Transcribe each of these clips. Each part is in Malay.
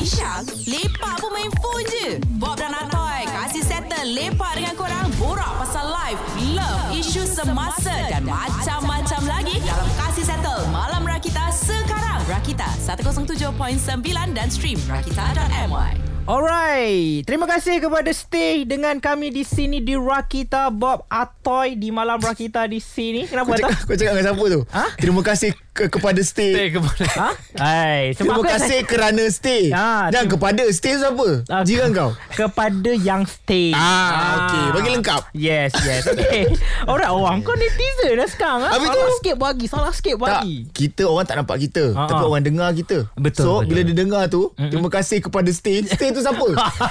Isha, lepak pun main phone je. Bob dan Atoy, kasih settle lepak dengan korang. Borak pasal life, love, isu semasa dan macam-macam lagi dalam Kasih Settle. Malam Rakita sekarang. Rakita 107.9 dan stream rakita.my. Alright, terima kasih kepada Stay dengan kami di sini di Rakita Bob Atoy di malam Rakita di sini. Kau Kenapa tak? cakap, kau cakap dengan siapa tu? Ha? Terima kasih ke, kepada stay. Stay kepada Ha? Hai, Terima kasih kerana stay. Ah, Dan terima- kepada stay tu apa? Ah, Jiran kau. Kepada yang stay Ah, okey. Bagi lengkap. Yes yes Okay Alright orang Kau netizen dah sekarang ha? Habis tu? Salah sikit bagi Salah sikit Tak, bagi kita orang tak nampak kita Ah, Tapi ah. orang dengar kita Betul, So betul. bila dia dengar tu Terima kasih kepada stay Stay tu siapa?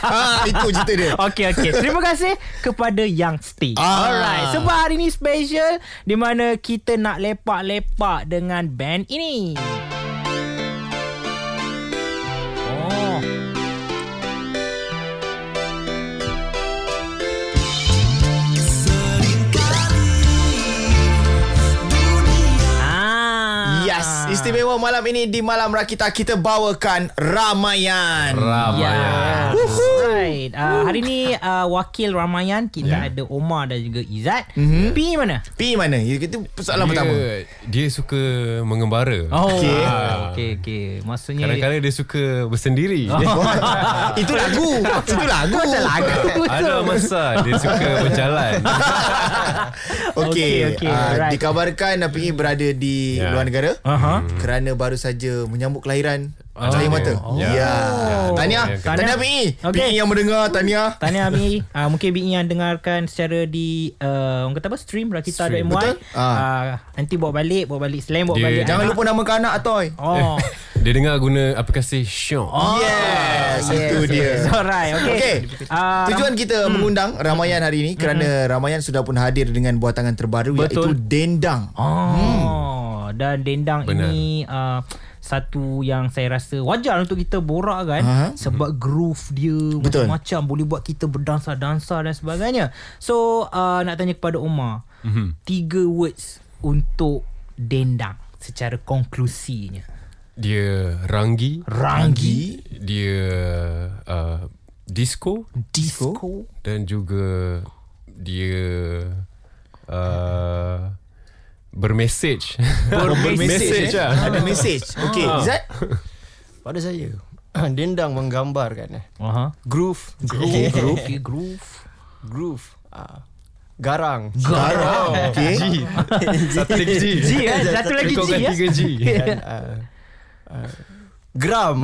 ah, itu cerita dia Okay okay Terima kasih Kepada yang stay Ah. Alright Sebab hari ni special Di mana kita nak lepak-lepak Dengan band ini Oh Ah. Yes Istimewa malam ini Di Malam Rakita Kita bawakan Ramayan Ya. Ramai Right. Uh, hari ni uh, wakil Ramayan kita Ya. yeah. ada Omar dan juga Izzat. Mm-hmm. Mhm. P mana? P mana? Itu persoalan pertama Dia suka mengembara Oh. ya. Okey. Okey okey. Maksudnya Kadang-kadang dia suka bersendiri Oh, Itu lagu Itu lagu Macam lagu Ada masa dia suka berjalan Okey, Okey, okey, okay, alright. dikabarkan Napi berada di Ya. luar negara Aha. kerana baru saja menyambut kelahiran Oh. cahaya mata. Ya. Ya. Tanya, Ya, kan. Tahniah. tanya Napi. Okey. Napi E. yang mendengar tanya. Tanya Abi uh, Mungkin Abi yang dengarkan Secara di uh, Orang kata apa Stream Rakita Stream. MY Betul. Ah. uh, Nanti bawa balik Bawa balik Selain bawa Dia- balik Jangan anak. lupa namakan anak Atoy. Oh Dia dengar guna aplikasi Syok Oh, Yes, itu dia. yes. Alright Okay, Okey. Ah, Hmm. Tujuan kita mengundang Ramayan hari ini kerana Ramayan sudah pun hadir dengan buah tangan terbaru iaitu Betul. Ah, Dendang. Oh, hmm. dan dendang Benar. ini uh, satu yang saya rasa wajar untuk kita borak kan Aha. uh-huh. sebab groove dia Betul. macam-macam boleh buat kita berdansa-dansa dan sebagainya. So, uh, nak tanya kepada Omar, uh-huh. tiga words untuk dendang secara konklusinya. Dia ranggi Ranggi, Dia uh, disco disco, Dan juga Dia uh, Bermesej Bermesej. eh? lah. Ada mesej. Okey, Ah. Zat. Pada saya Dendang menggambarkan eh. aha, Groove groove, groove, okay, groove. Groove uh, Garang Garang. Okey. G Satu lagi G G kan? Satu lagi G Kau ya. tiga G Dan uh, uh, Geram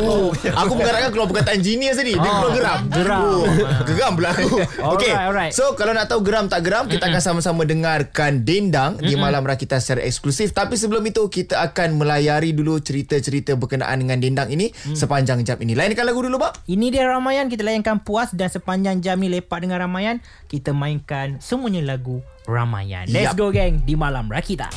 Oh, aku mengharapkan keluar perkataan genius tadi. Dia keluar geram. ya. Ah, geram. Ah. Oh, geram pula aku. Okey. alright. So, kalau nak tahu geram tak geram, kita akan sama-sama dengarkan Dendang di Malam Rakita secara eksklusif. Tapi sebelum itu, kita akan melayari dulu cerita-cerita berkenaan dengan Dendang ini Mm. sepanjang jam ini. Lainkan lagu dulu, Bab. Ini dia Ramayan Kita layankan puas Dan sepanjang jam ni Lepak dengan Ramayan Kita mainkan Semuanya lagu Ramayan Let's Yap. go geng Di Malam Rakita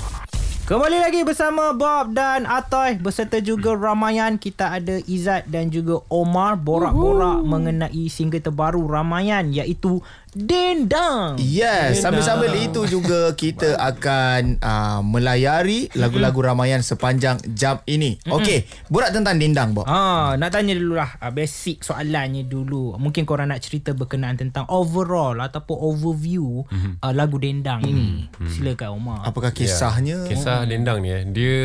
Kembali lagi bersama Bob dan Atoy Berserta juga Ramayan Kita ada Izzat dan juga Omar Borak-borak mengenai single terbaru Ramayan Iaitu Hmm. Dendang Yes, sambil-sambil itu juga kita akan uh, melayari lagu-lagu Ramayan sepanjang jam ini. Okey, borak tentang Dendang, Bab. Ah, nak tanya dulu lah ah, Basic soalannya dulu Mungkin korang nak cerita berkenaan tentang Overall ataupun overview mm-hmm. uh, Lagu Dendang mm-hmm. ini Silakan Omar Apakah Ya, kisahnya? Kisah dendang ni eh Dia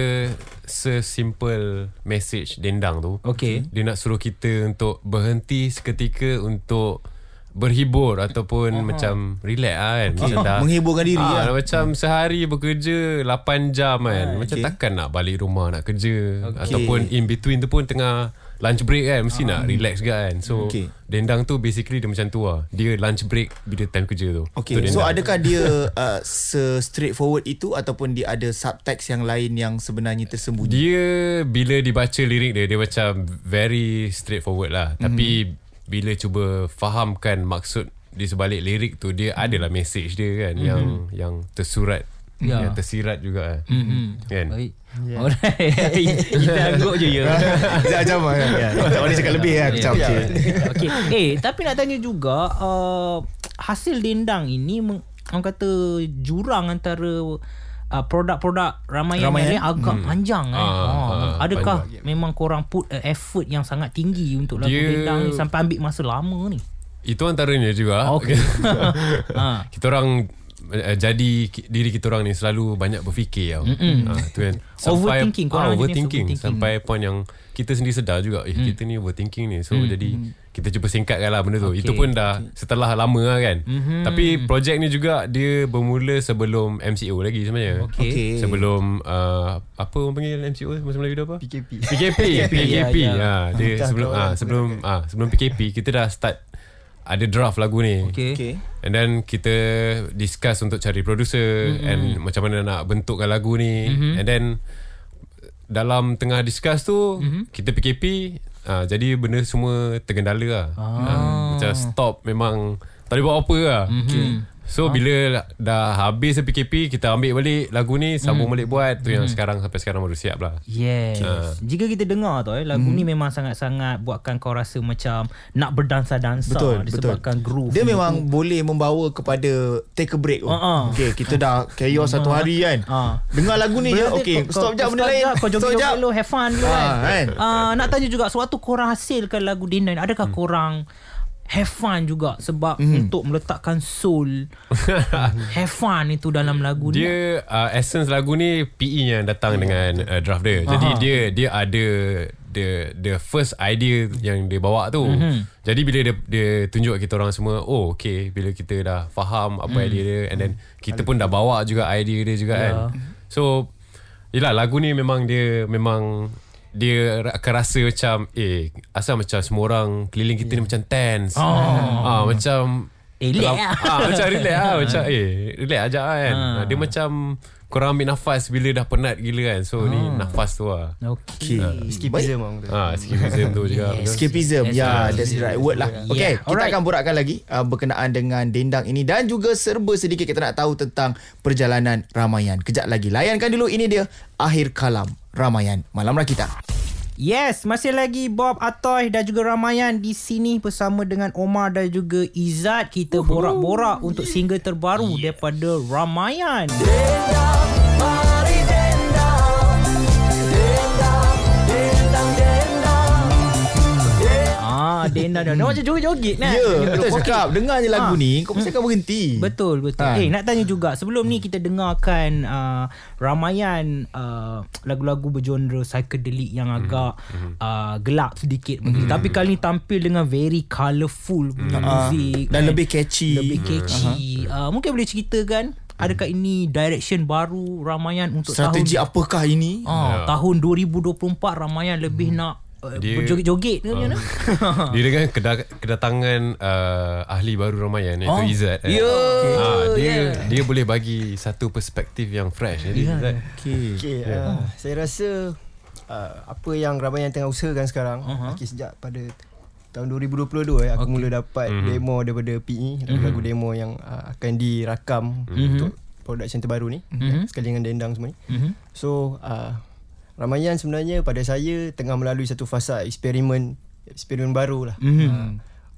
Sesimple Message dendang tu Okey. Dia nak suruh kita Untuk berhenti seketika Untuk Berhibur Ataupun uh-huh. Macam Relax lah kan okay. Macam dah Menghiburkan diri ah, lah. dah Macam sehari bekerja 8 jam kan Macam okay. takkan nak balik rumah Nak kerja okay. Ataupun in between tu pun Tengah lunch break kan Mesti nak relax juga kan So Okay. okay. Dendang tu basically Dia macam tu lah Dia lunch break Bila time kerja tu Okay, tu so dendang. adakah dia uh, se straightforward itu ataupun dia ada subtext yang lain yang sebenarnya tersembunyi? Dia bila dibaca lirik dia dia macam very straightforward lah. Mm-hmm. Tapi bila cuba fahamkan maksud di sebalik lirik tu dia mm-hmm. adalah message dia kan mm-hmm. yang yang tersurat Ya. yeah. yang tersirat juga mm-hmm. kan. Baik. Yeah. Alright. Kita angguk je ya. Ya. Sekejap macam Tak boleh cakap lebih lah. Macam okay. Okey. Eh, tapi nak tanya juga uh, hasil dendang ini meng- orang kata jurang antara uh, produk-produk Ramayan, Ramayan? Ramayan? ni agak hmm. panjang eh. Ah, Ah, ah, adakah memang korang put a effort yang sangat tinggi untuk lagu Ya. Dia- dendang ni sampai ambil masa lama ni? Itu antaranya juga. Okey. ha. kita orang uh, jadi ki- diri kita orang ni selalu banyak berfikir tau. Ha, tu kan. Overthinking, korang jenis ah, overthinking, overthinking. sampai point yang kita sendiri sedar juga eh kita ni overthinking ni. So jadi kita cuba singkatkan lah benda tu. Okey. Itu pun dah setelah lama lah kan. Tapi projek ni juga dia bermula sebelum MCO lagi sebenarnya. Okey. Okey. Sebelum uh, apa orang panggil MCO masa Melayu dia apa? PKP. PKP PKP ya, ya. ha dia Entah sebelum kau ah orang sebelum ah sebelum PKP kita dah start ada draft lagu ni Okey. Okay. and then kita discuss untuk cari producer mm-hmm. and macam mana nak bentukkan lagu ni mm-hmm. and then dalam tengah discuss tu mm-hmm. kita PKP ah jadi benda semua tergendala lah ah. macam stop memang tak boleh buat apa lah okay. So bila dah habis PKP Kita ambil balik lagu ni Sambung balik buat Tu yang sekarang Sampai sekarang baru siap lah Yes. Jika kita dengar tau eh lagu ni Hmm. memang sangat-sangat buatkan kau rasa macam nak berdansa-dansa Betul, disebabkan betul. groove. Dia ni. memang boleh membawa kepada take a break. Ah, ah. Uh-uh. Okay, kita dah chaos satu hari kan. Ah. Dengar lagu ni je. Berarti Okay, kau- ya, stop kau- jap benda stop lain. jap, Kau Stop joget-joget jap. dulu, have fun dulu Ah, kan. kan? Ah, nak tanya juga, sewaktu korang hasilkan lagu D9, adakah Hmm. korang have fun juga sebab untuk meletakkan soul have fun itu dalam lagu ni? lah. Hmm. Dia uh, essence lagu ni PE yang datang dengan uh, draft dia. Jadi dia dia ada the the first idea yang dia bawa tu. Mhm. Mm-hmm. Jadi bila dia dia tunjuk kita orang semua, oh okay, bila kita dah faham apa mm. Hmm. idea dia and then kita pun dah bawa juga idea dia juga yeah. Ya. kan. So Yelah lagu ni memang dia memang dia ra- akan rasa macam eh asal macam semua orang keliling kita ni Ya. macam tense. Oh. Ah macam Eh, relax lah. ah, macam relax ah macam eh relax aja kan. Ah. Dia macam korang ambil nafas bila dah penat gila kan. So ni nafas tu lah. Okay. Escapism orang kata. Ah escapism tu juga. Yes. betul. Escapism Ya yeah, Escapism. That's the right word lah Yeah. Okay Yeah. Kita Alright. akan borakkan lagi uh, Berkenaan dengan dendang ini Dan juga serba sedikit Kita nak tahu tentang Perjalanan Ramayan Kejap lagi Layankan dulu Ini dia Akhir Kalam Ramayan Malam Rakita Yes, masih lagi Bob Atoy dan juga Ramayan di sini bersama dengan Omar dan juga Izzat. Kita borak-borak untuk single terbaru daripada Ramayan. Ah, dendang dendang. Dia macam joget-joget Ya kan? yeah, Betul Okey. cakap Dengar je lagu Ah. ni Kau mesti akan berhenti Betul betul. Ha. Ha. Eh nak tanya juga sebelum ni kita dengarkan uh, ramaian uh, lagu-lagu bergenre psychedelic yang Mhm, agak uh, gelap sedikit begitu. Tapi kali ni tampil dengan very colourful punya Ah, muzik Dan kan. lebih catchy lebih catchy. Uh-huh. Uh, mungkin boleh ceritakan adakah ini direction baru ramaian untuk Strategi tahun apakah ini Ah, tahun 2024 ramaian lebih Mhm. nak uh, Dia- berjoget-joget Ah. kan? ke macam mana? Dia dengan kedat- kedatangan uh, ahli baru Ramayan iaitu Oh. oh. Izzat. eh. Ya, Ah, dia yeah. dia boleh bagi satu perspektif yang fresh. Jadi yeah. Izzat Okay Okay, uh, saya rasa uh, apa yang ramai yang tengah usahakan sekarang, uh-huh. okay, sejak pada tahun 2022 eh, aku okay. mula dapat mm-hmm. demo daripada PE, lagu-lagu demo yang uh, akan dirakam mm-hmm. untuk production terbaru ni, mm-hmm. sekali dengan dendang semua ni. Mm-hmm. So, uh, Ramayan sebenarnya pada saya tengah melalui satu fasa eksperimen eksperimen baru lah. Mm-hmm. Uh,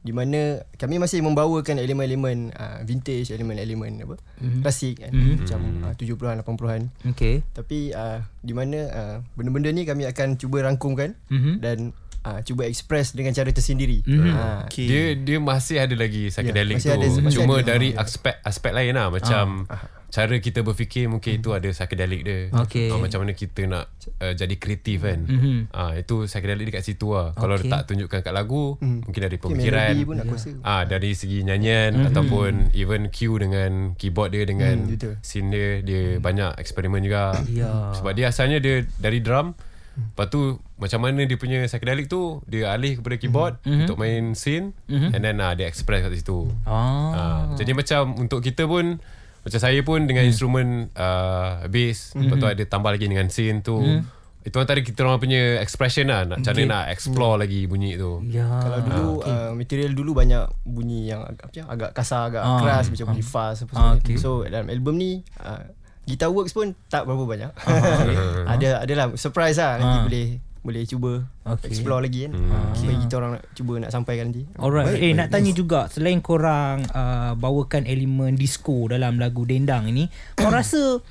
di mana kami masih membawakan elemen-elemen uh, vintage, elemen-elemen apa? Mm-hmm. klasik kan. Mm-hmm. Macam uh, 70-an, 80-an. Okay. Tapi uh, di mana uh, benda-benda ni kami akan cuba rangkumkan Mhm. mm-hmm. dan uh, cuba express dengan cara tersendiri. Mm-hmm. Uh, Okay. Dia dia masih ada lagi psychedelic Ya, masih yeah, ada- tu. masih Cuma ada. Ah, dari aspek aspek lain lah macam cara kita berfikir mungkin itu ada psychedelic dia. Okay. Ah, macam mana kita nak uh, jadi kreatif kan. Mhm. Mm-hmm. Ah itu psychedelic dekat situ lah. Kalau Okay. tak tunjukkan kat lagu mungkin dari pemikiran. Hmm. melodi pun Ya. aku rasa. Ah dari segi nyanyian mm-hmm. ataupun even cue dengan keyboard dia dengan Hmm, betul. mm, scene dia dia banyak eksperimen juga. Ya. Sebab dia asalnya dia dari drum Lepas tu macam mana dia punya psychedelic tu Dia alih kepada keyboard Mhm. mm-hmm. Untuk main scene mm-hmm. And then uh, dia express kat situ Ah. Ah, Jadi macam untuk kita pun Macam saya pun dengan Mhm. mm. instrumen uh, bass mm-hmm. Lepas tu ada tambah lagi dengan scene tu Mhm. mm. Itu antara kita orang punya expression lah nak, Macam mana nak explore lagi bunyi tu Ya. Kalau dulu okay. uh, material dulu banyak bunyi yang agak, apa ya, agak kasar, agak Ah. keras macam bunyi fast apa Ah, semua. okay. Okay. So dalam album ni uh, Guitar Works pun tak berapa banyak. ada adalah surprise lah nanti Ah. Hmm. boleh boleh cuba Okay. okay. explore lagi kan. Okay. Apa yang kita orang nak cuba nak sampaikan nanti. Alright. Baik, eh baik, nak tanya juga selain korang uh, bawakan elemen disco dalam lagu Dendang ini, kau rasa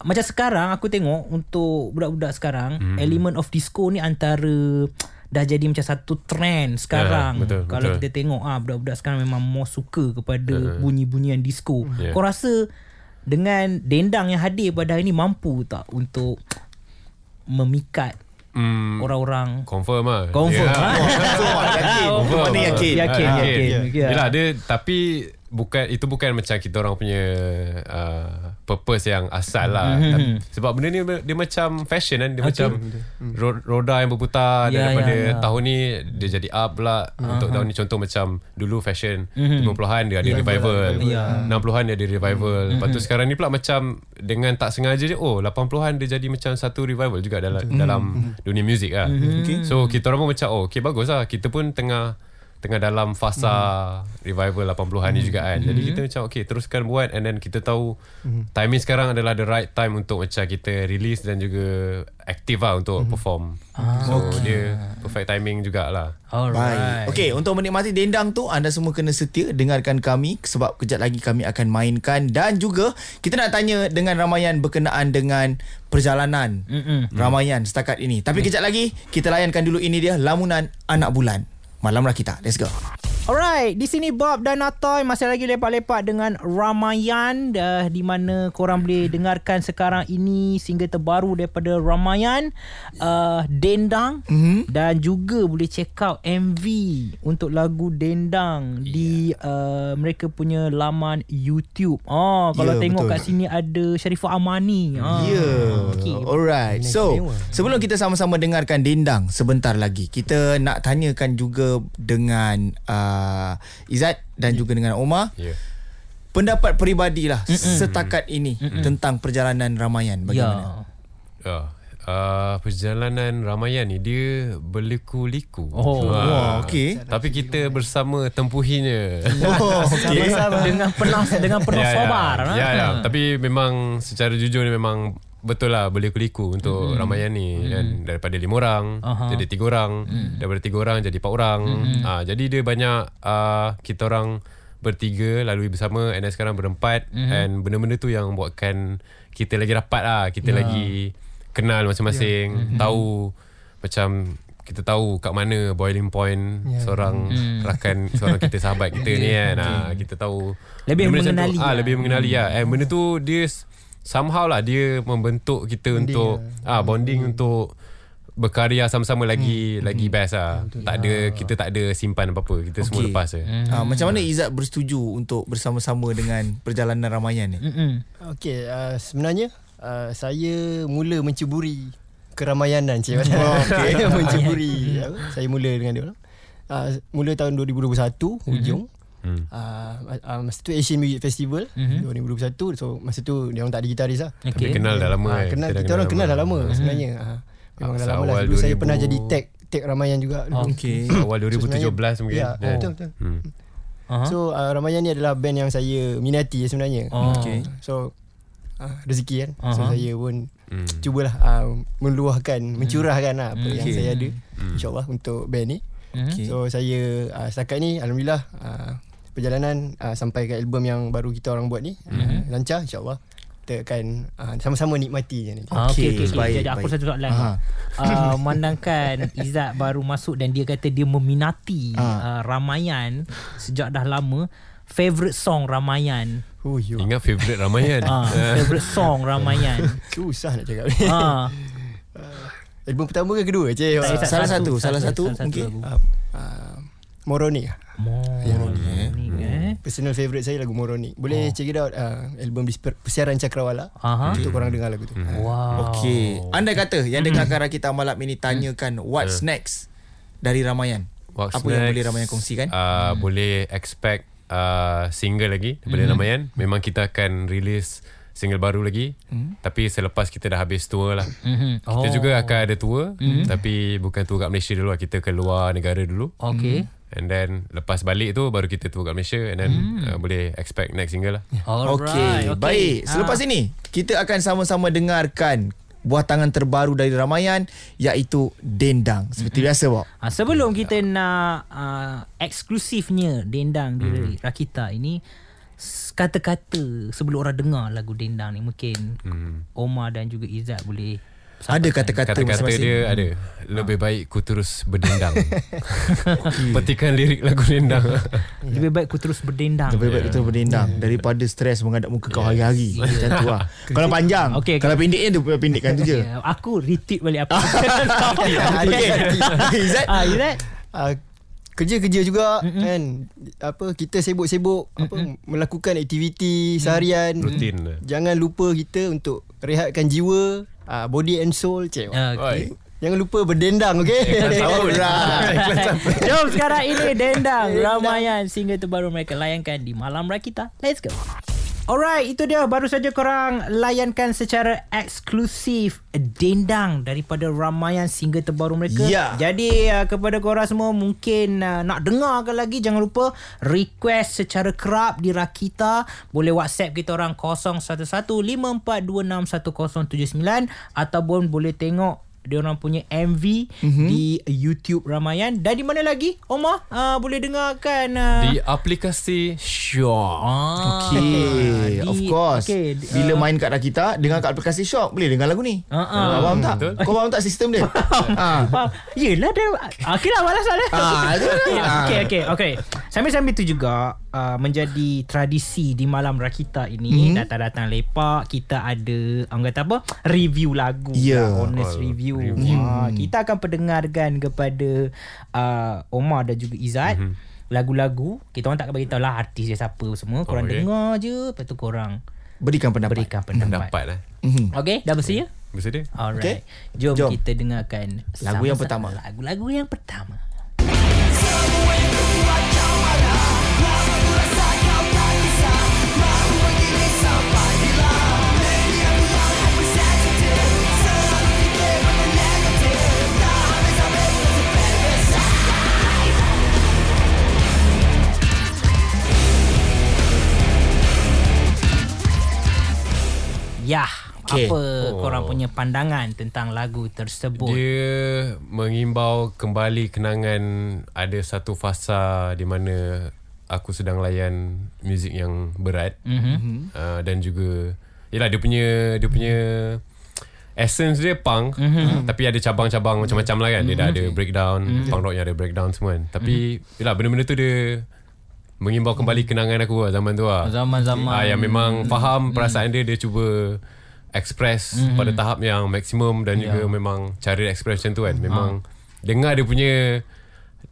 macam sekarang aku tengok untuk budak-budak sekarang mm. Hmm. element of disco ni antara dah jadi macam satu trend sekarang. Ya, betul, Kalau betul. Eh, kita tengok ah budak-budak sekarang memang more suka kepada bunyi-bunyian disco. Ya. Kau rasa dengan dendang yang hadir pada hari ni mampu tak untuk memikat Hmm, orang-orang confirm lah. Confirm, Yeah. ah. Confirm, yakin. Confirm. Mana yakin? Yakin, Ah, yakin. Ya. Yelah, dia tapi bukan itu bukan macam kita orang punya uh, purpose yang asal lah. Mhm. Mm-hmm. Tapi, sebab benda ni dia macam fashion kan, dia Ah, okay. macam ro- roda yang berputar Hmm. Ya, yeah, daripada ya, yeah, ya. yeah. tahun ni dia jadi up lah. Uh-huh. Untuk tahun ni contoh macam dulu fashion Mhm. mm-hmm. 50-an dia ada revival. Ya. Hmm. Yeah. 60-an dia ada revival. Mm-hmm. Lepas tu sekarang ni pula macam dengan tak sengaja je oh 80-an dia jadi macam satu revival juga dalam mm-hmm. dalam Hmm. dunia muzik lah. Mm-hmm. Okay. So kita orang pun macam oh okay bagus lah. Kita pun tengah tengah dalam fasa hmm. revival 80-an ni juga kan. Jadi kita macam okay teruskan buat and then kita tahu hmm. timing sekarang adalah the right time untuk macam kita release dan juga aktif lah untuk hmm. perform. Ah, so okay. dia perfect timing jugalah. Alright. Baik. Okey, untuk menikmati dendang tu anda semua kena setia dengarkan kami sebab kejap lagi kami akan mainkan dan juga kita nak tanya dengan ramaian berkenaan dengan perjalanan Mm-mm. ramaian setakat Mm. ini. Tapi kejap lagi kita layankan dulu ini dia lamunan anak bulan. Malam Rakita. Let's go. Alright, di sini Bob dan Atoy masih lagi lepak-lepak dengan Ramayan uh, di mana korang boleh dengarkan sekarang ini single terbaru daripada Ramayan uh, Dendang Mhm. mm-hmm. dan juga boleh check out MV untuk lagu Dendang yeah. di uh, mereka punya laman YouTube. Oh, kalau yeah, Ya, tengok betul. betul. kat sini ada Sharifah Amani. Ah. Ya. Yeah. Okey. Alright. So, sebelum kita sama-sama dengarkan dendang sebentar lagi, kita nak tanyakan juga dengan uh, Izzat dan juga dengan Omar. Ya. Yeah. pendapat peribadi lah setakat ini tentang perjalanan Ramayan bagaimana? Ya. Uh, uh, perjalanan Ramayan ni dia berliku-liku. Oh. Ah. Wah, okey. Tapi kita bersama tempuhinya. Oh, okey. Dengan penuh dengan penuh Ya, ya. sobar. Ya, ah. ya. Tapi memang secara jujur ni memang betul lah berliku-liku untuk mm. Ramayan ni mm. kan daripada lima orang Hmm. Aha. Hmm. jadi tiga orang mm. daripada tiga orang jadi empat orang mm. ha, jadi dia banyak uh, kita orang bertiga lalui bersama and then sekarang berempat Hmm. mm. and benda-benda tu yang buatkan kita lagi rapat lah Ya. kita yeah. lagi kenal Hmm. masing-masing yeah. tahu macam kita tahu kat mana boiling point yeah. seorang mm. Hmm. rakan seorang kita sahabat kita ni kan ha, kita tahu Ya, Lebih Benda-benda macam mengenali tu. ah lah. lebih mengenali Hmm. lah and benda tu dia s- somehow lah dia membentuk kita bonding untuk lah. ah bonding Hmm. untuk berkarya sama-sama lagi lagi best Ya, lah. tak ada Ah. kita tak ada simpan apa-apa. Kita semua Okey. lepas je. Ha, macam mana Izzat bersetuju untuk bersama-sama dengan perjalanan Ramayan ni? Mm-mm. Okey, uh, sebenarnya uh, saya mula menceburi keramaianan Oh, cik. okey. saya menceburi. apa, saya mula dengan dia orang. Uh, mula tahun 2021 hujung. Hmm. Uh, uh, masa tu Asian Music Festival Mhm. 2021 so masa tu dia orang tak ada gitaris lah. Tapi kenal dah lama. Mhm. Ah, eh. kenal, dah Hmm. kita orang kenal dah lama sebenarnya. Ha, memang dah lama lah. Awal Dulu saya 2000. pernah jadi tag tag ramaian juga. dulu. Okey. Awal 2017 mungkin. Ya, Yeah. betul betul. Hmm. Aha. So uh, ramaian ni adalah band yang saya minati sebenarnya. Oh. Okey. So uh, rezeki kan. Aha. So saya pun Hmm. cubalah uh, meluahkan, mencurahkan lah apa Okay. yang saya ada Hmm. insyaallah untuk band ni. Hmm. Okey. So saya uh, setakat ni alhamdulillah uh, perjalanan uh, sampai ke album yang baru kita orang buat ni uh, lancar insyaallah. Kita akan uh, sama-sama nikmati je ni. Ah, Okey, Okey, okey, okey. baik, Jadi aku baik. satu soalan. Aha. Uh, mandangkan Izzat baru masuk dan dia kata dia meminati uh, Ah. Ramayan sejak dah lama. Favorite song Ramayan. Oh, yo. Ingat kan? favorite Ramayan. Ah, favorite song Ramayan. Susah nak cakap ni. Ah, Album pertama ke kedua je? tak, Izzat, salah satu, salah satu, lagu. mungkin. Ya, Uh, uh, Moroni Moroni, eh. Personal favourite saya lagu Moroni Boleh oh. check it out uh, Album di per- Persiaran Cakrawala Aha. Untuk korang dengar lagu tu hmm. Wow. Okey. Andai kata yang dengarkan Rakita malam ini tanyakan what's next dari Ramayan? Ya. What's Apa yang next? boleh Ramayan kongsikan? Uh, hmm. Boleh expect uh, single lagi daripada hmm. Ramayan. Memang kita akan release single baru lagi. Hmm. Tapi selepas kita dah habis tour lah. Mhm. Oh. Kita juga akan ada tour. Hmm. Tapi bukan tour kat Malaysia dulu lah. Kita keluar negara dulu. Okey. And then lepas balik tu baru kita tour kat Malaysia. And then hmm. uh, boleh expect next single lah. Alright. Ha. Okey, baik. Selepas ini kita akan sama-sama dengarkan buah tangan terbaru dari Ramayan iaitu dendang. Seperti biasa, Bok. Ha, ah, sebelum kita nak uh, eksklusifnya dendang di Rakita ini s- kata-kata sebelum orang dengar lagu Dendang ni mungkin hmm. Omar dan juga Izzat boleh Ada kan kata-kata Kata-kata masing-masing. dia ada Lebih baik ku terus berdendang Petikan lirik lagu dendang lebih baik ku terus berdendang. Ya. Lebih baik kita berdendang Daripada stres menghadap muka kau hari-hari Macam tu lah Kalau panjang Okey, Kalau pendeknya dia pendekkan tu je Ya, aku retweet balik apa. Ah, Okay Izzat ah, Izzat. uh, kerja-kerja juga Mm-mm. kan apa kita sibuk-sibuk apa melakukan aktiviti seharian Rutin lah. jangan lupa kita untuk rehatkan jiwa uh, body and soul cik Okay. Oi. jangan lupa berdendang okey Alright Jom sekarang ini Dendang Ramayan Single terbaru mereka layankan Di Malam Rakita Let's go Alright, itu dia baru saja korang layankan secara eksklusif Dendang daripada ramaian single terbaru mereka. Ya. Jadi uh, kepada korang semua mungkin uh, nak dengarkan lagi jangan lupa request secara kerap di Rakita. Boleh WhatsApp kita orang 0115426179 ataupun boleh tengok dia orang punya MV Mhm. mm-hmm. di YouTube Ramayan dan di mana lagi Omar uh, boleh dengarkan uh, Di aplikasi Syok Ah, Okay di- uh, Of course Okay, di- Bila main kat Rakita Dengar kat aplikasi shop Boleh dengar lagu ni Ah, ah. Kau faham tak? Betul. Kau faham tak sistem dia? Ah. Faham? Yelah dia Okay lah malas lah dia Ah, tu lah. Okay okay okay Sambil-sambil tu juga uh, Menjadi tradisi di malam Rakita ini Hmm. mm-hmm. Datang-datang lepak Kita ada Orang kata apa Review lagu Ya. Hmm. lah, Honest review, review. Ah, Kita akan pendengarkan kepada uh, Omar dan juga Izzat mm-hmm lagu-lagu kita orang tak akan bagi tahu lah artis dia siapa semua korang oh, okay. dengar je lepas tu korang Berikan pendapat Hmm. berikan pendapat, Dapat lah Hmm. Okay dah ya? bersedia Bisa dia Alright. Okay. Jom, Jom Jom. kita dengarkan Lagu yang sama-sama pertama. Lagu-lagu yang pertama. Yah, okay. Ya. Okay. apa oh. korang punya pandangan tentang lagu tersebut? Dia mengimbau kembali kenangan ada satu fasa di mana aku sedang layan muzik yang berat mm-hmm. uh, dan juga yalah dia punya dia punya essence dia punk mm-hmm. tapi ada cabang-cabang macam-macam lah kan dia dah ada breakdown mm-hmm. punk rock yang ada breakdown semua kan tapi mm-hmm. yalah benda-benda tu dia mengimbau kembali kenangan aku lah zaman tu lah Zaman-zaman. Ah, yang memang faham perasaan dia dia cuba express mm-hmm. pada tahap yang maksimum dan yeah. Ya. juga memang cara dia express macam tu Ah. kan memang dengar dia punya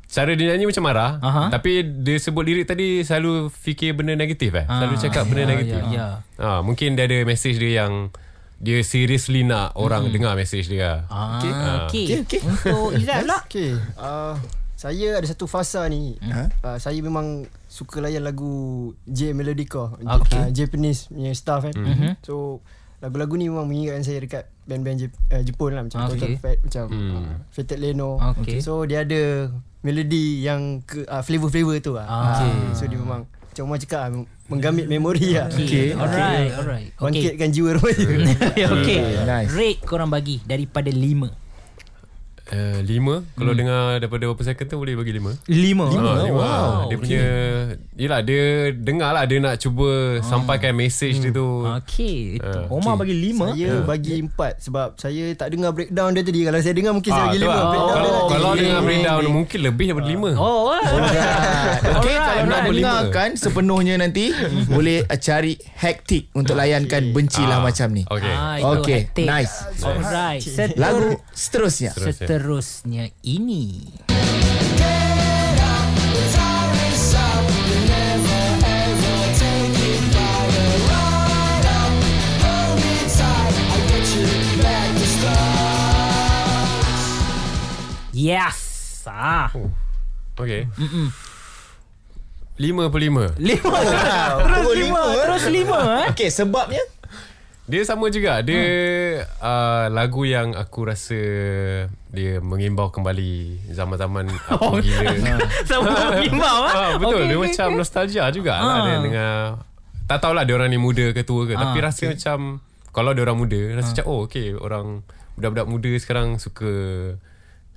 cara dia nyanyi macam marah Aha. tapi dia sebut lirik tadi selalu fikir benda negatif eh selalu cakap benda ya, negatif ya, Ah, mungkin dia ada message dia yang dia seriously nak orang dengar message dia ah. Ah, okay. Okay. Okey, okey. Untuk Izzat pula. Okey. Uh, saya ada satu fasa ni. Ha? Uh, saya memang suka layan lagu J Melodica. Okey. Uh, Japanese punya stuff kan. Mm-hmm. So lagu-lagu ni memang mengingatkan saya dekat band-band Jep- uh, Jepun lah macam Okey. Total Fat macam uh, Fated Leno. Okey. So dia ada melodi yang ke, uh, flavor-flavor tu lah. Okey. Uh, so dia memang macam orang cakap ah, menggamit memori lah. Okey. Alright, alright. Okey. Bangkitkan jiwa remaja. Okey. Nice. Rate korang bagi daripada 5. uh, lima kalau Mm. dengar daripada berapa second tu boleh bagi lima 5. 5. Ah, lima. wow. Dia punya Yelah dia Dengar lah Dia nak cuba Sampaikan message dia tu Okey, itu Omar bagi 5. Ya. Saya bagi empat sebab saya tak dengar breakdown dia tadi. Kalau saya dengar mungkin saya Ah, bagi tu lima. lah. Breakdown dia Kalau tak kalau tinggi. dengar breakdown mungkin lebih daripada lima. Ah. Oh, alright. Okay, Alright, kalau nak alright. dengarkan sepenuhnya nanti boleh eh, cari hektik untuk layankan lah bencilah macam ni. Okay. Ah, itu Okay, hektik. nice. Alright. Seterusnya. Lagu seterusnya. Seterusnya ini. Yes. Ah. Oh. Okay. Lima per lima. Lima. terus pukul lima. lima. Terus lima eh. Okay, sebabnya Dia sama juga. Dia Hmm. uh, lagu yang aku rasa dia mengimbau kembali zaman-zaman Oh. Ah. aku gila. Sama bimbang eh. Ah, Okey, betul. dia okey, macam okey. nostalgia juga lah Ah. dia dengan tak tahulah dia orang ni muda ke tua ke tapi rasa macam kalau dia orang muda rasa macam oh okey orang budak-budak muda sekarang suka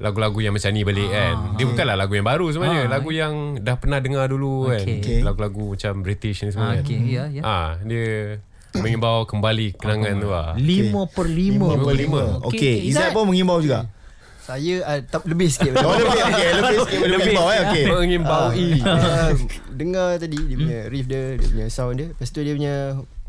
lagu-lagu yang macam ni balik kan. Dia bukanlah lagu yang baru sebenarnya, lagu yang dah pernah dengar dulu kan. Okay. Okay. Lagu-lagu macam British ni Ah, semua. kan. okay, ya, ya. Ah, dia mengimbau kembali kenangan tu ah. Lima per lima. Lima per lima. Okey, Okey, okay. Izzat Izzat. pun mengimbau juga. Saya uh, tak, lebih sikit Oh, macam- lebih okey, lebih sikit boleh mengimbau eh. Okey. Mengimbaui. Ah, dengar tadi dia punya riff dia, dia punya sound dia. Lepas tu dia punya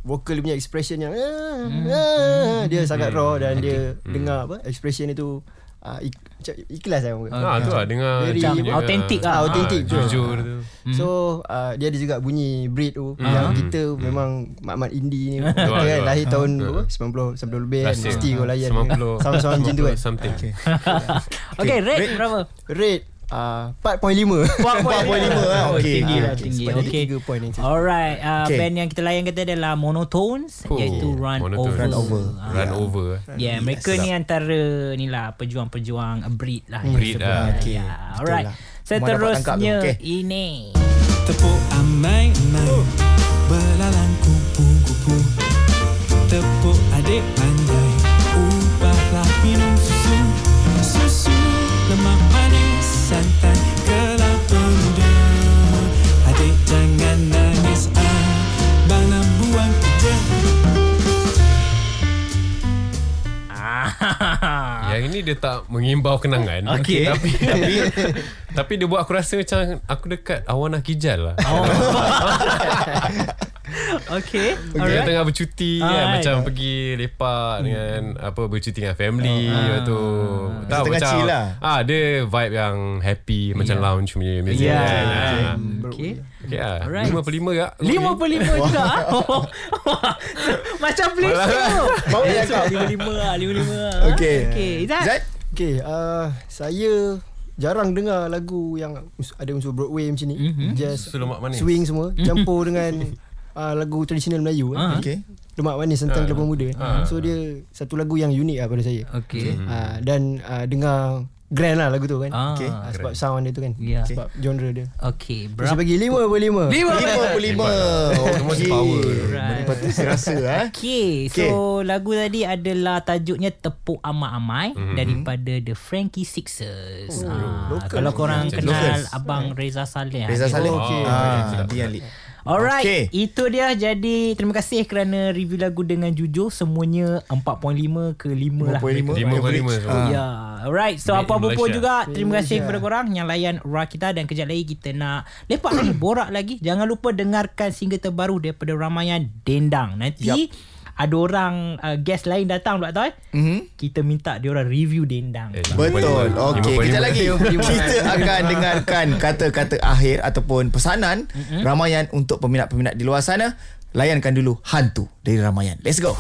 vocal dia punya expression yang ah, ah, dia Hmm. sangat raw dan dia dengar apa expression dia tu ah, ik, macam ikhlas lah orang kata. Ah, tu lah dengar Very dia punya- authentic lah. Ah, Authentic. Jujur tu. So uh, dia ada juga bunyi breed tu yang kita memang mak-mak indie ni kita Betul, kan betul. lahir tahun berapa 90 90 lebih kan Rahsia. mesti kau layan 90. sound-sound macam tu kan. Something. Okay, rate berapa? Rate uh, 4.5. 4.5 ah. Oh, Okey. Tinggi Ah, lah, okey. tinggi. Sebab dia ada Okay. tiga point ni. Alright, uh, Okay. band yang kita layan kita adalah Monotones Oh, iaitu Run Over. Monotones. Run Over. Ah, Run over. eh. Ya. Yeah, mereka ni antara ni lah pejuang-pejuang a breed lah. Breed lah. Okay. Okey, Yeah. betul Alright. lah. Memang dapat tangkap tu, Seterusnya okey. ini. Tepuk amai-mai Belalang kupu-kupu Tepuk adik pandai Ubahlah minum susu Susu lemak manis Santan kelapa pemuda Adik jangan nangis Abang nak buang kerja Ah. Yang ini dia tak mengimbau kenangan. Okey. Tapi tapi tapi dia buat aku rasa macam aku dekat awan Akijal lah. Oh, Oh, okay. Dia Alright. tengah bercuti Ah, kan ya. macam pergi lepak dengan Hmm. apa bercuti dengan family lepas Dia tu. Oh, ah. tengah macam chill lah. Ya. ah dia vibe yang happy macam lounge punya music. Yeah. kan. Ah. Okay. Okey ah. Alright. 55 gak. Lima per lima juga ah. Macam Malaysia tu Baru dia cakap. Lima lima lah Lima lima lah. Okey. Okay Izzat Zat? Okay, uh, saya jarang dengar lagu yang us- ada unsur Broadway macam ni. Mm-hmm. Just Susu lemak manis. swing semua campur dengan uh, lagu tradisional Melayu. Uh-huh. Okey. Lemak manis Ah. tentang kelapa muda. kan? So dia satu lagu yang unik lah pada saya. Okay Uh, dan uh, dengar grand lah lagu tu kan. Hmm. Ah, Okey. Uh, sebab sound dia tu kan. Ya. Sebab genre dia. Okay So, saya Berapa bagi 5 per 5. Lima 5.5. Semua power. Patut rasa eh. Okay, so lagu tadi adalah tajuknya Tepuk Amai-Amai Mhm. mm-hmm. daripada The Frankie Sixers. Oh, ah, kalau korang Macam kenal locals. Abang Reza Saleh. Reza Saleh. okey. Ah, dia yang lead. Alright, Okey. okay. itu dia. Jadi terima kasih kerana review lagu dengan jujur. Semuanya 4.5 ke 5 lah. 5.5. Lima per lima Average. semua. Ah. Ya, alright. So Made in apa-apa pun Malaysia. juga terima kasih kepada korang yang layan Ra kita dan kejap lagi kita nak lepak lagi, borak lagi. Jangan lupa dengarkan single terbaru daripada Ramayan Dendang. Nanti yep. ada orang uh, guest lain datang pula tau eh. Hmm. Mhm. Mm-hmm. Kita minta dia orang review Dendang. Eh, Betul. 55. Okey, 55. kejap lagi kita akan dengarkan kata-kata akhir ataupun pesanan Ramayan untuk peminat-peminat di luar sana. Layankan dulu hantu dari Ramayan. Let's go.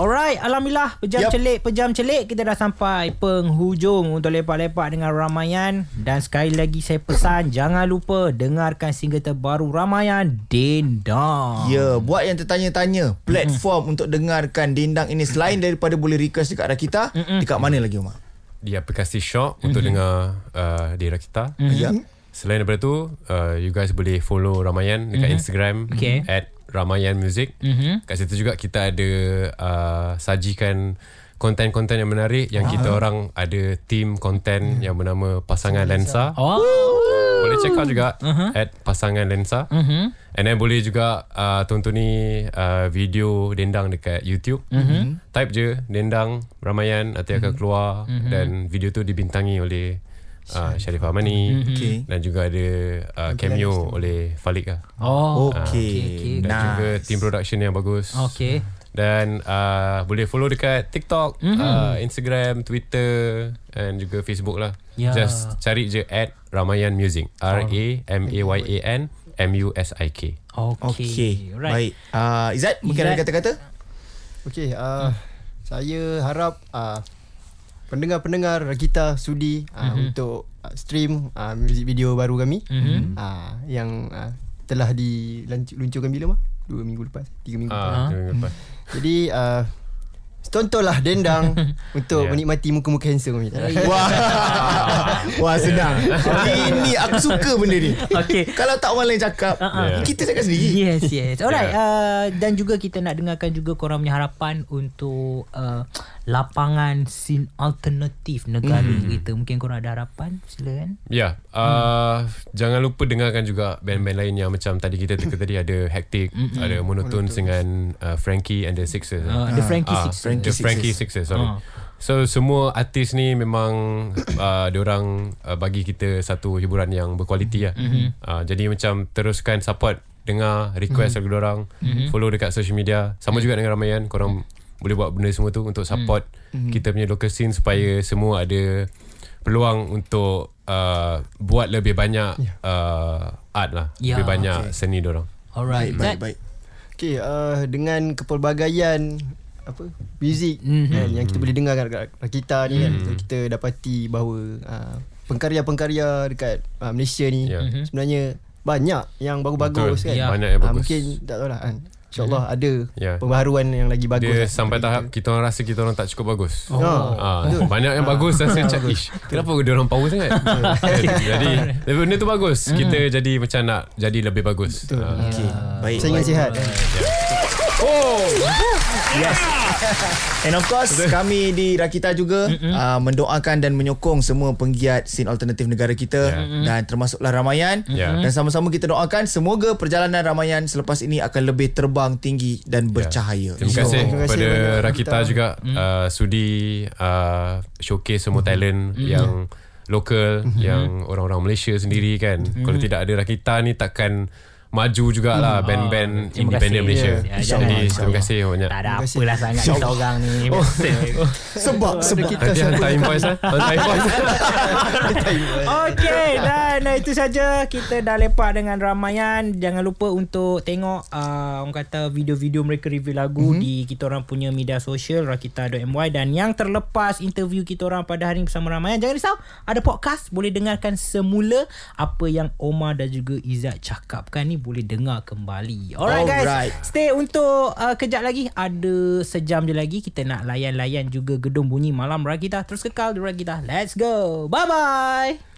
Alright, alhamdulillah pejam Yup. yep. celik, pejam celik kita dah sampai penghujung untuk lepak-lepak dengan Ramayan dan sekali lagi saya pesan jangan lupa dengarkan single terbaru Ramayan Dendang. Ya, buat yang tertanya-tanya platform untuk dengarkan Dindang ini selain daripada boleh request dekat Rakita, dekat mana lagi Umar? Di aplikasi Shock untuk Mm-hmm. dengar uh, Dera kita. Ya. Selain daripada tu, uh, you guys boleh follow Ramayan dekat mm-hmm. Instagram Okay. at Ramayan Music. Mm-hmm. Kat situ juga kita ada uh, sajikan konten-konten yang menarik yang kita orang ada team konten yang bernama Pasangan Lensa. Oh. Boleh check out juga uh-huh. at Pasangan Lensa. Uh-huh. And then boleh juga uh, tontoni uh, video Dendang dekat YouTube. Uh-huh. Type je Dendang Ramayan nanti akan keluar uh-huh. dan video tu dibintangi oleh uh, Sharifah Mani Okey. dan juga ada uh, cameo oleh Falik lah. Oh. Okey. okey, Dan Nah. juga team production yang bagus. Okey. Dan uh, boleh follow dekat TikTok, mm-hmm. uh, Instagram, Twitter and juga Facebook lah. Ya. Just cari je at Ramayan Music. R-A-M-A-Y-A-N M-U-S-I-K. Okey. Okey. Right. Baik. Uh, Izzat, mungkin Izzat. ada kata-kata? Okey, Hmm. uh, saya harap uh, pendengar-pendengar kita sudi uh, Hmm. mm-hmm. untuk uh, stream uh, music video baru kami Hmm. mm-hmm. uh, yang uh, telah diluncurkan bila mah? Dua minggu lepas, tiga minggu lepas. Ah, jangan lupa. Jadi uh, tontonlah dendang Ya, Ya. untuk yeah. menikmati muka-muka handsome ni. Wah. Wah senang Ini aku suka benda ni Okey. Kalau tak orang lain cakap Uh-uh. Kita cakap sendiri Yes yes Alright Ya. uh, Dan juga kita nak dengarkan juga Korang punya harapan Untuk uh, Lapangan Scene alternatif Negara Hmm. mm. kita Mungkin korang ada harapan Silakan Ya, yeah, uh, jangan lupa dengarkan juga band-band lain yang macam tadi kita teka tadi ada Hectic, ada Monotones dengan uh, Frankie and the Sixers. uh, The Frankie Ah, Six Frankie the Frankie Sixers, sorry. So semua artis ni memang uh, diorang uh, bagi kita satu hiburan yang berkualiti lah. Mm-hmm. Uh, jadi macam teruskan support, dengar, request mm-hmm. lagu diorang, mm-hmm. follow dekat social media. Sama juga dengan Ramayan, korang boleh buat benda semua tu untuk support mm-hmm. kita punya local scene supaya semua ada peluang untuk uh, buat lebih banyak uh, art lah. Ya, lebih banyak okay. Mm-hmm. seni diorang. Alright Baik baik Okay, uh, dengan kepelbagaian apa muzik mm-hmm. Mhm. kan, yang kita boleh dengar kat kita ni kan kita, kita dapati bahawa uh, pengkarya-pengkarya dekat uh, Malaysia ni Ya. yeah. Mhm. sebenarnya banyak yang bagus-bagus Betul. kan Ya. Banyak yang Ah, bagus. mungkin tak tahu lah kan insyaallah ada Ya. pembaharuan yang lagi bagus Dia lah sampai daripada tahap kita orang rasa kita orang tak cukup bagus. kita. oh. Ah, banyak yang bagus rasa macam ish kenapa dia orang power sangat jadi tapi benda tu bagus Hmm. kita jadi macam nak jadi lebih bagus Ah. Okay Baik saingan baik. sihat Oh Yes And of course Kami di Rakita juga uh, Mendoakan dan menyokong Semua penggiat Scene alternatif negara kita Yeah. Dan termasuklah Ramayan Yeah. Dan sama-sama kita doakan Semoga perjalanan Ramayan Selepas ini Akan lebih terbang tinggi Dan bercahaya Terima kasih Terima kasih kepada Rakita banyak, Rakita. juga Hmm. uh, sudi uh, showcase semua Hmm. talent yang lokal yang orang-orang Malaysia sendiri kan. Hmm. Kalau tidak ada Rakita ni takkan maju jugalah Ah, band-band terima independent kasih. Malaysia. Ya, jangan. Jadi terima InsyaAllah. kasih banyak. Tak ada Terima kasih. apalah sangat Kita orang ni Oh. Sebab Sebab Nanti hantar invoice lah. Hantar invoice. Okay dan itu saja kita dah lepak dengan Ramayan jangan lupa untuk tengok uh, orang kata video-video mereka review lagu mm-hmm. di kita orang punya media sosial rakita.my dan yang terlepas interview kita orang pada hari ini bersama Ramayan jangan risau ada podcast boleh dengarkan semula apa yang Omar dan juga Izzat cakapkan ni boleh dengar kembali alright guys Alright. stay untuk uh, kejap lagi ada sejam je lagi kita nak layan-layan juga gedung bunyi malam Rakita terus kekal di Rakita let's go bye bye